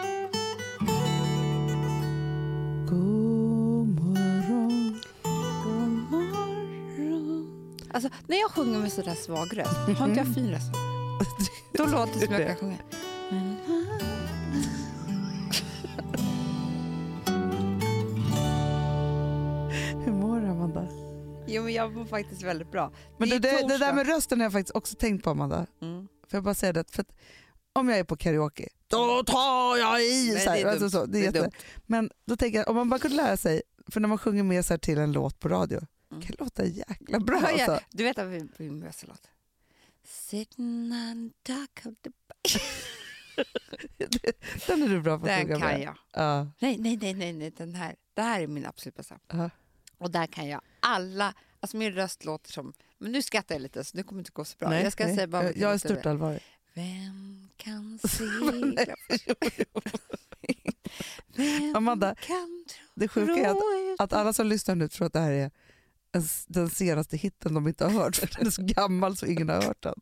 Alltså, när jag sjunger med sådär svag röst, har inte Mm. jag fin röst? Då låter det som jag kan sjunga. Hur mår du Amanda? Jo, men jag mår faktiskt väldigt bra. Men Det det, är det, det torsdag. där med rösten har jag faktiskt också tänkt på Amanda. Mm. Får jag bara säga det? För att om jag är på karaoke, då tar jag i! Nej, så här, det är alltså dumt. så, det är Det är jätte- dumt. Men då tänker jag, om man bara kunde lära sig, för när man sjunger med så här till en låt på radio, Mm. kan det låta jäkla bra. Ja, ja. Alltså. Du vet att vi- min bästa låt? Sitting on top of the... Den är du bra på att sjunga Den kan med. jag. Ja. Nej, nej, nej, nej, nej, den här. Det här är min absolut bästa. Ja. Och där kan jag alla... Alltså min röst låter som... Men nu skrattar jag lite, så nu kommer det inte gå så bra. Nej, jag ska nej. säga bara... jag, jag är stört allvarlig. Vem kan segla? Vem Amanda, kan tro Det sjuka är att, ut- att alla som lyssnar nu tror att det här är en s- den senaste hitten de inte har hört, för den är så gammal så ingen har hört den.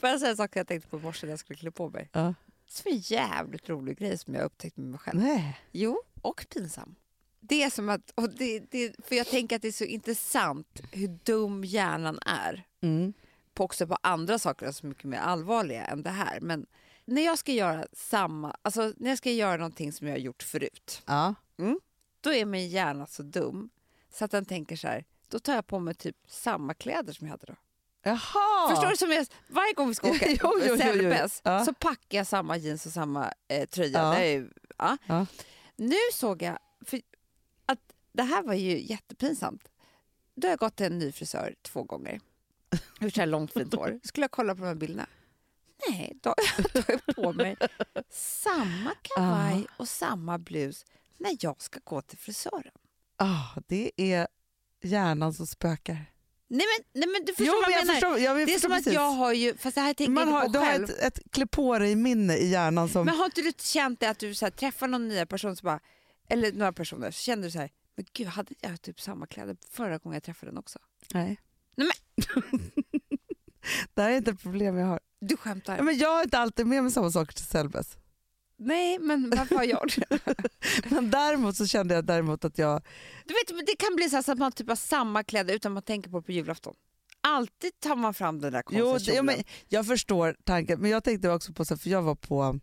Får jag säga en sak jag tänkte på i morse när jag skulle klä på mig? Ja. Så en jävligt rolig grej som jag upptäckt med mig själv. Nej. Jo, och pinsam. Det är som att, och det, det, för jag tänker att det är så intressant hur dum hjärnan är. Mm. På också på andra saker som är mycket mer allvarliga än det här. Men när jag ska göra samma, alltså när jag ska göra någonting som jag har gjort förut. Ja. då är min hjärna så dum så att den tänker så här, då tar jag på mig typ samma kläder som jag hade då. Jaha! Förstår du? som jag, Varje gång vi ska åka Jo, jo, jo, jo. Sällbäs Ja. så packar jag samma jeans och samma eh, tröja. Ja. Det är ju- ja. Ja. Nu såg jag, för att det här var ju jättepinsamt. Då har jag gått till en ny frisör två gånger. Gjort så här långt fint hår. Skulle jag kolla på de här bilderna? Nej, då då har jag på mig samma kavaj och samma blus när jag ska gå till frisören. Ah, det är hjärnan som spökar. Nej men, nej, men du förstår vad jag, jag menar. förstår, jag det är förstår som precis. att jag har ju, fast det här tänker Man jag har, inte du på har själv. ett, um- ett klä på dig-minne i hjärnan som... Men har inte du känt det att du så här, träffar någon nya person, så bara, eller några personer, så känner du så här, men gud hade inte jag typ samma kläder förra gången jag träffade den också? Nej. Nej, det här är inte ett problem jag har. Du skämtar? Ja, Men jag har inte alltid med mig samma saker till Sällbäs. nej men varför har jag det? Men däremot så kände jag däremot att jag... Du vet det kan bli så, här, så att man typ har samma kläder utan man tänker på det på julafton. Alltid tar man fram den där konstiga Jo, det, ja, kjolen. men jag förstår tanken, men jag tänkte också på så här, för jag var på,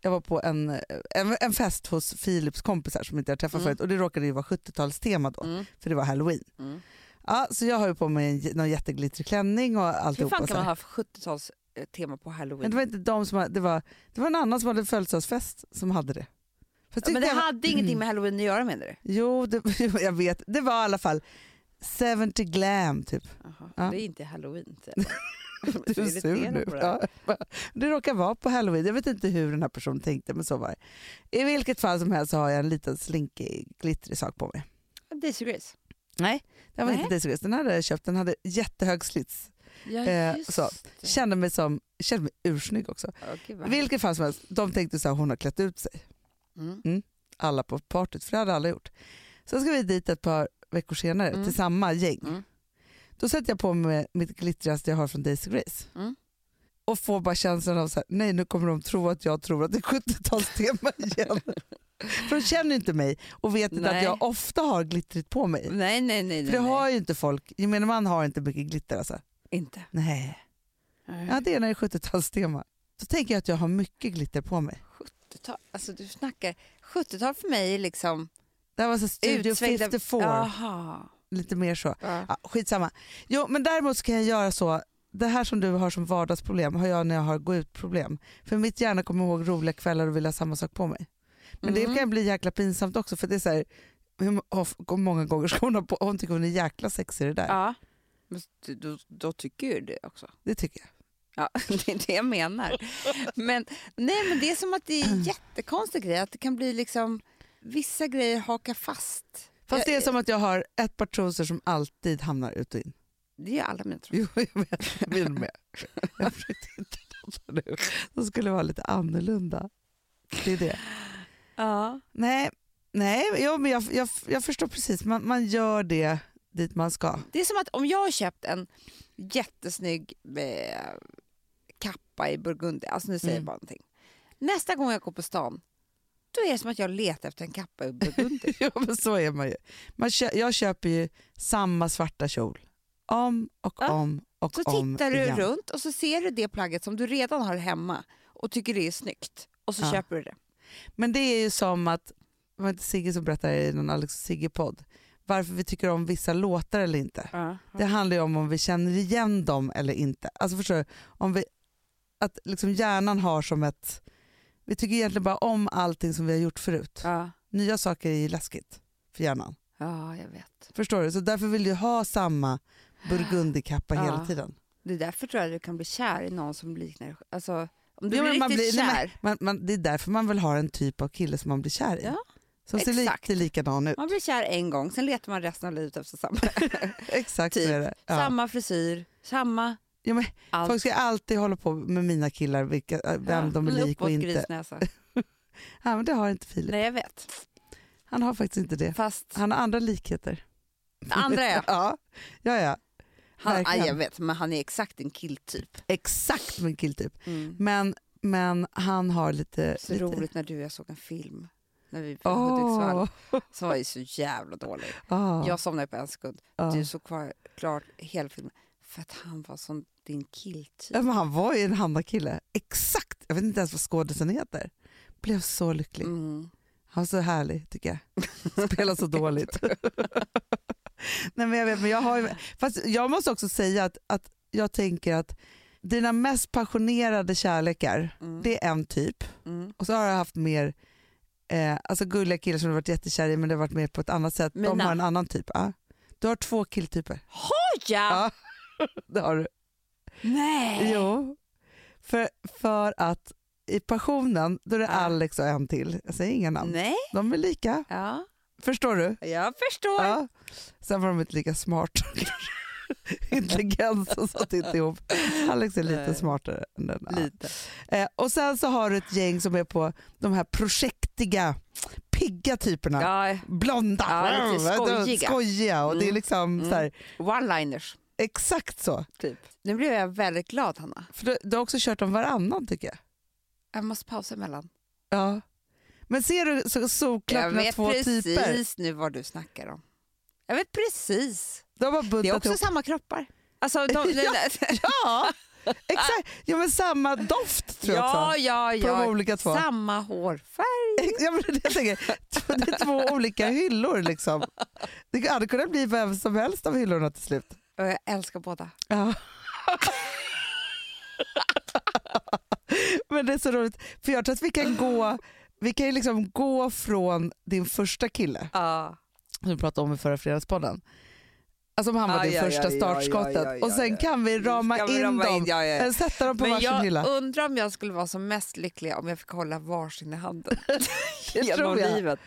jag var på en, en, en fest hos Philips kompisar som inte jag träffat Mm. förut och det råkade ju vara 70-talstema då, Mm, för det var halloween. mm. Ja, så jag har ju på mig en, j- någon jätteglittrig klänning och Hur alltihopa. fan så kan man här. ha 70-tals eh, tema på halloween? alltså. Men det var inte de som hade, det var, det var en annan som hade födelsedagsfest som hade det. Fast Ja, men det tyckte jag- hade ingenting med halloween att göra menar du? Jo, det, jo, jag vet. Det var i alla fall 70 glam typ. Ja. Det är inte halloween. säger jag. Du Jag är irriterad sur nu. på det här. Ja. Det råkar vara på halloween. Jag vet inte hur den här personen tänkte men så var det. I vilket fall som helst så har jag en liten slinkig glittrig sak på mig. Daisy Grace. Nej, den var Nej. inte Daisy Grace. Den hade jag köpt. Den hade jättehög slits. Ja, Eh, just så. det. Kände mig, som, kände mig ursnygg också. Ja, gud I vad vilket fall som helst, de tänkte så här, hon har klätt ut sig. härligt. Mm. alla på partyt, för det hade alla gjort. Sen ska vi dit ett par veckor senare Mm. till samma gäng. Mm. Då sätter jag på mig mitt glittrigaste jag har från Daisy Grace. Mm. Och får bara känslan av så här, nej nu kommer de tro att jag tror att det är 70-talstema igen. för de känner ju inte mig och vet inte att Nej. jag ofta har glittrigt på mig. Nej, nej, nej. För nej, det har nej. ju inte folk, gemene man har inte mycket glitter alltså. Inte. Nej, Mm. ja, det är när det är 70-talstema. Då tänker jag att jag har mycket glitter på mig. 70-tal. Alltså du snackar. 70-tal för mig är liksom... Det här var så Studio utsvängda- 54, Jaha. lite mer så. Ja. Ja, skitsamma. Jo, men däremot så kan jag göra så. Det här som du har som vardagsproblem har jag när jag har gå ut-problem. För mitt hjärna kommer ihåg roliga kvällar och vill ha samma sak på mig. Men Mhm. det kan bli jäkla pinsamt också för det är så här, hur of- hur många gånger ska hon ha på Hon tycker hon är jäkla sexig i det där. ja. Men du- då, då tycker ju det också. Det tycker jag. Ja, det är det jag menar. Men, nej, men det är som att det är en jättekonstig grej. Att det kan bli liksom... Vissa grejer hakar fast. Fast det är Jag- som att jag har ett par trosor som alltid hamnar ut och in. Det är alla mina tror Jo, jag vet. Min med. Jag försökte hitta något nu som skulle vara lite annorlunda. Det är det. Ja. Nej, nej jo, men jag, jag, jag förstår precis. Man, man gör det dit man ska. Det är som att om jag har köpt en jättesnygg eh, kappa i Burgundy, alltså nu säger Mm. jag bara någonting. Nästa gång jag går på stan, då är det som att jag letar efter en kappa i Burgundy. jo, men så är man ju. Man kö, jag köper ju samma svarta kjol om och Ja. om och Så om tittar du igen. runt och så ser du det plagget som du redan har hemma och tycker det är snyggt och så Ja. köper du det. Men det är ju som att, det var inte Sigge som berättade i någon Alex och Sigge-podd, varför vi tycker om vissa låtar eller inte. Det Mm. handlar ju om om vi känner igen dem eller inte. Alltså förstår du? Om vi, att liksom hjärnan har som ett... Vi tycker egentligen bara om allting som vi har gjort förut. Ja. Nya saker är ju läskigt för hjärnan. ja, jag vet. Förstår du? Så därför vill du ha samma burgundikappa Ja. hela tiden. Det är därför tror jag att du kan bli kär i någon som liknar Alltså, om du Ja, blir men man riktigt blir- nej, men- kär. Man, man, det är därför man vill ha en typ av kille som man blir kär i. Ja, som ser exakt. lite likadan ut. Man blir kär en gång, sen letar man resten av livet efter samma. Exakt Typ. så är det. Ja. Samma frisyr, samma Ja, men allt. Folk ska alltid hålla på med mina killar, vilka, äh, vem de är Ja, lik och uppåt inte. Grisnäsa. Ja, men det har inte Filip. Nej, jag vet. Han har faktiskt inte det. Fast Han har andra likheter. andra ja. ja, ja, ja. Han, ja, Verkligen. jag vet, men han är exakt en killtyp. Exakt min killtyp. Mm. Men, men han har lite... Så lite... roligt när du och jag såg en film när vi var i Hudiksvall Åh, som var ju så jävla dålig. åh, Jag somnade på en sekund. åh. Du såg kvar, klart hela filmen för att han var som din killtyp. Ja, men han var ju en Hanna-kille. Exakt! Jag vet inte ens vad skådisen heter. Blev så lycklig. Mm. Han var så härlig tycker jag. Spelar så dåligt. Nej, men jag vet, men jag, har ju, fast jag måste också säga att, att jag tänker att dina mest passionerade kärlekar, Mm. det är en typ. Mm. Och så har jag haft mer eh, alltså gulliga killar som du varit jättekär i men det har varit mer på ett annat sätt. De Mina. har en annan typ. Ja. Du har två killtyper. Ja. Ja. Det har du. Nej! Jo. För, för att i passionen, då är det Ja. Alex och en till. Jag säger inga namn. Nej. De är lika. Ja, Förstår du? jag förstår. Ja. Sen var de inte lika smarta. Intelligensen satt inte ihop. Alex är lite Nej. smartare. Än den. Ja. Lite. Eh, och sen så har du ett gäng som är på de här projektiga, pigga typerna. Ja, Blonda, Ja, lite skojiga. skojiga och det är Mm. liksom Mm. så här, One-liners, exakt så. typ. Nu blev jag väldigt glad, Hanna. För du, du har också kört om varannan tycker jag. Jag måste pausa emellan. Ja. Men ser du så Jag solklart mina vet två precis typer? nu vad du snackar om. Jag vet precis. De har Det är buntat också ihop. samma kroppar. Alltså, de, Ja, Ja, exakt. Ja, men samma doft tror jag också. ja, ja, På de ja. olika två. Samma hårfärg. Ja, men det är det jag tänker. Två- Det är två olika hyllor. Liksom. Det hade kunnat bli vem som helst av hyllorna till slut. Och jag älskar båda. Ja. Men det är så roligt, för jag tror att vi kan gå, vi kan ju liksom gå från din första kille, Ja. som vi pratade om i förra fredagspodden, alltså om han var Ja, det ja, första ja, ja, startskottet, ja, ja, och sen ja. kan vi rama Ska vi in rama dem, Ja, ja, ja. eller sätta dem på Men varsin jag hylla. undrar om jag skulle vara som mest lycklig om jag fick hålla varsin i handen Det genom tror jag. livet.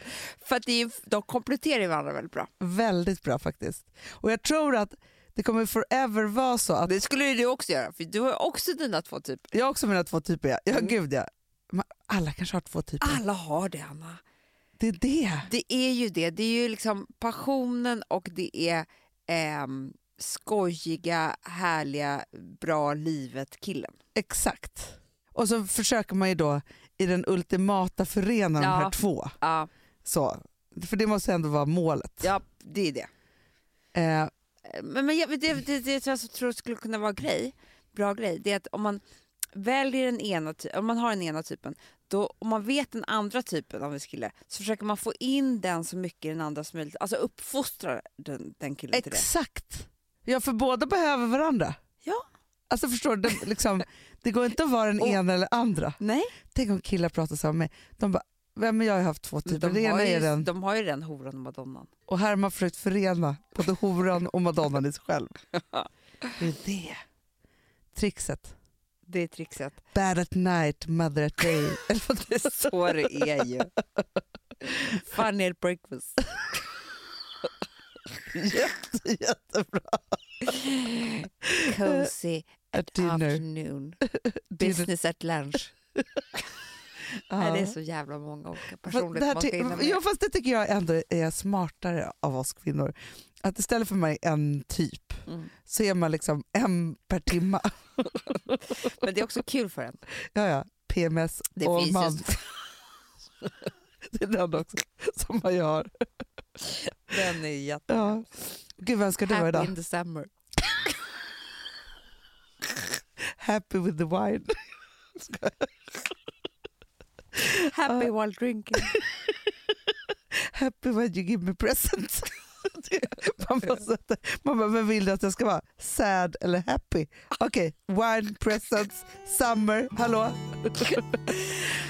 För att det är, de kompletterar varandra väldigt bra. Väldigt bra faktiskt. Och jag tror att det kommer forever vara så att Det skulle ju du också göra, för du har ju också dina två typ. typer. Jag har också mina två typer. Ja, ja Mm. Ah. gud ja. Man- Alla kanske har två typer. Alla har det, Anna. Det är det. Det är ju det. Det är ju liksom passionen och det är ehm, skojiga, härliga, bra livet-killen. Exakt. Och så försöker man ju då i den ultimata förena de Ja. här två. Ja, Så. För det måste ändå vara målet. ja, det är det. Eh, Men, men jag, det, det, det som jag tror skulle kunna vara grej, bra grej, det är att om man väljer den ena, ty- om man har den ena typen, då, om man vet den andra typen av en kille, så försöker man få in den så mycket i den andra som möjligt. Alltså uppfostra den, den killen till det. exakt. Ja, för båda behöver varandra. Ja. Alltså förstår du, det, liksom, det går inte att vara den Och- ena eller andra. Nej, Tänk om killar pratar så här med De bara, vem jag har haft två typer. den de, har ena Typ, är ju, den. de har ju den horan och madonnan. Och här har man försökt förena både horan och madonnan i sig själv. Det är det. Trixet. Det är trixet. Bad at night, mother at day. Eller vad det är. Så det är ju. Funny at breakfast. Jätte, jättebra. Cozy At at dinner. afternoon. dinner. Business at lunch. Nej, Det är så jävla många olika Fast det personligheter här man ska hinna ty- med. jo, fast det tycker jag ändå är smartare av oss kvinnor. Att istället för mig en typ Mm. så är man liksom en per timme. Men det är också kul för en. Ja, ja. PMS Det all finns man. just Det är den också som man gör. den är jätte... Ja. Gud, vem ska du vara Happy idag? in the summer. happy with the wine. Happy while drinking. happy when you give me presents. man, måste, man bara, vem vill du att jag ska vara? Sad eller happy? Okej, wine, presents, summer, hallå?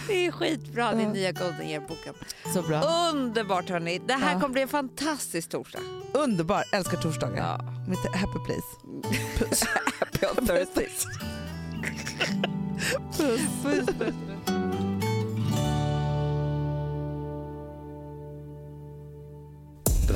Det är skitbra, din Ja. nya Golden Year-boken. Så bra. Underbart hörni! Det här Ja. kommer bli en fantastisk torsdag. Underbar, älskar torsdagar. Ja. Mitt happy place. Happy on Thursdays. Puss. Den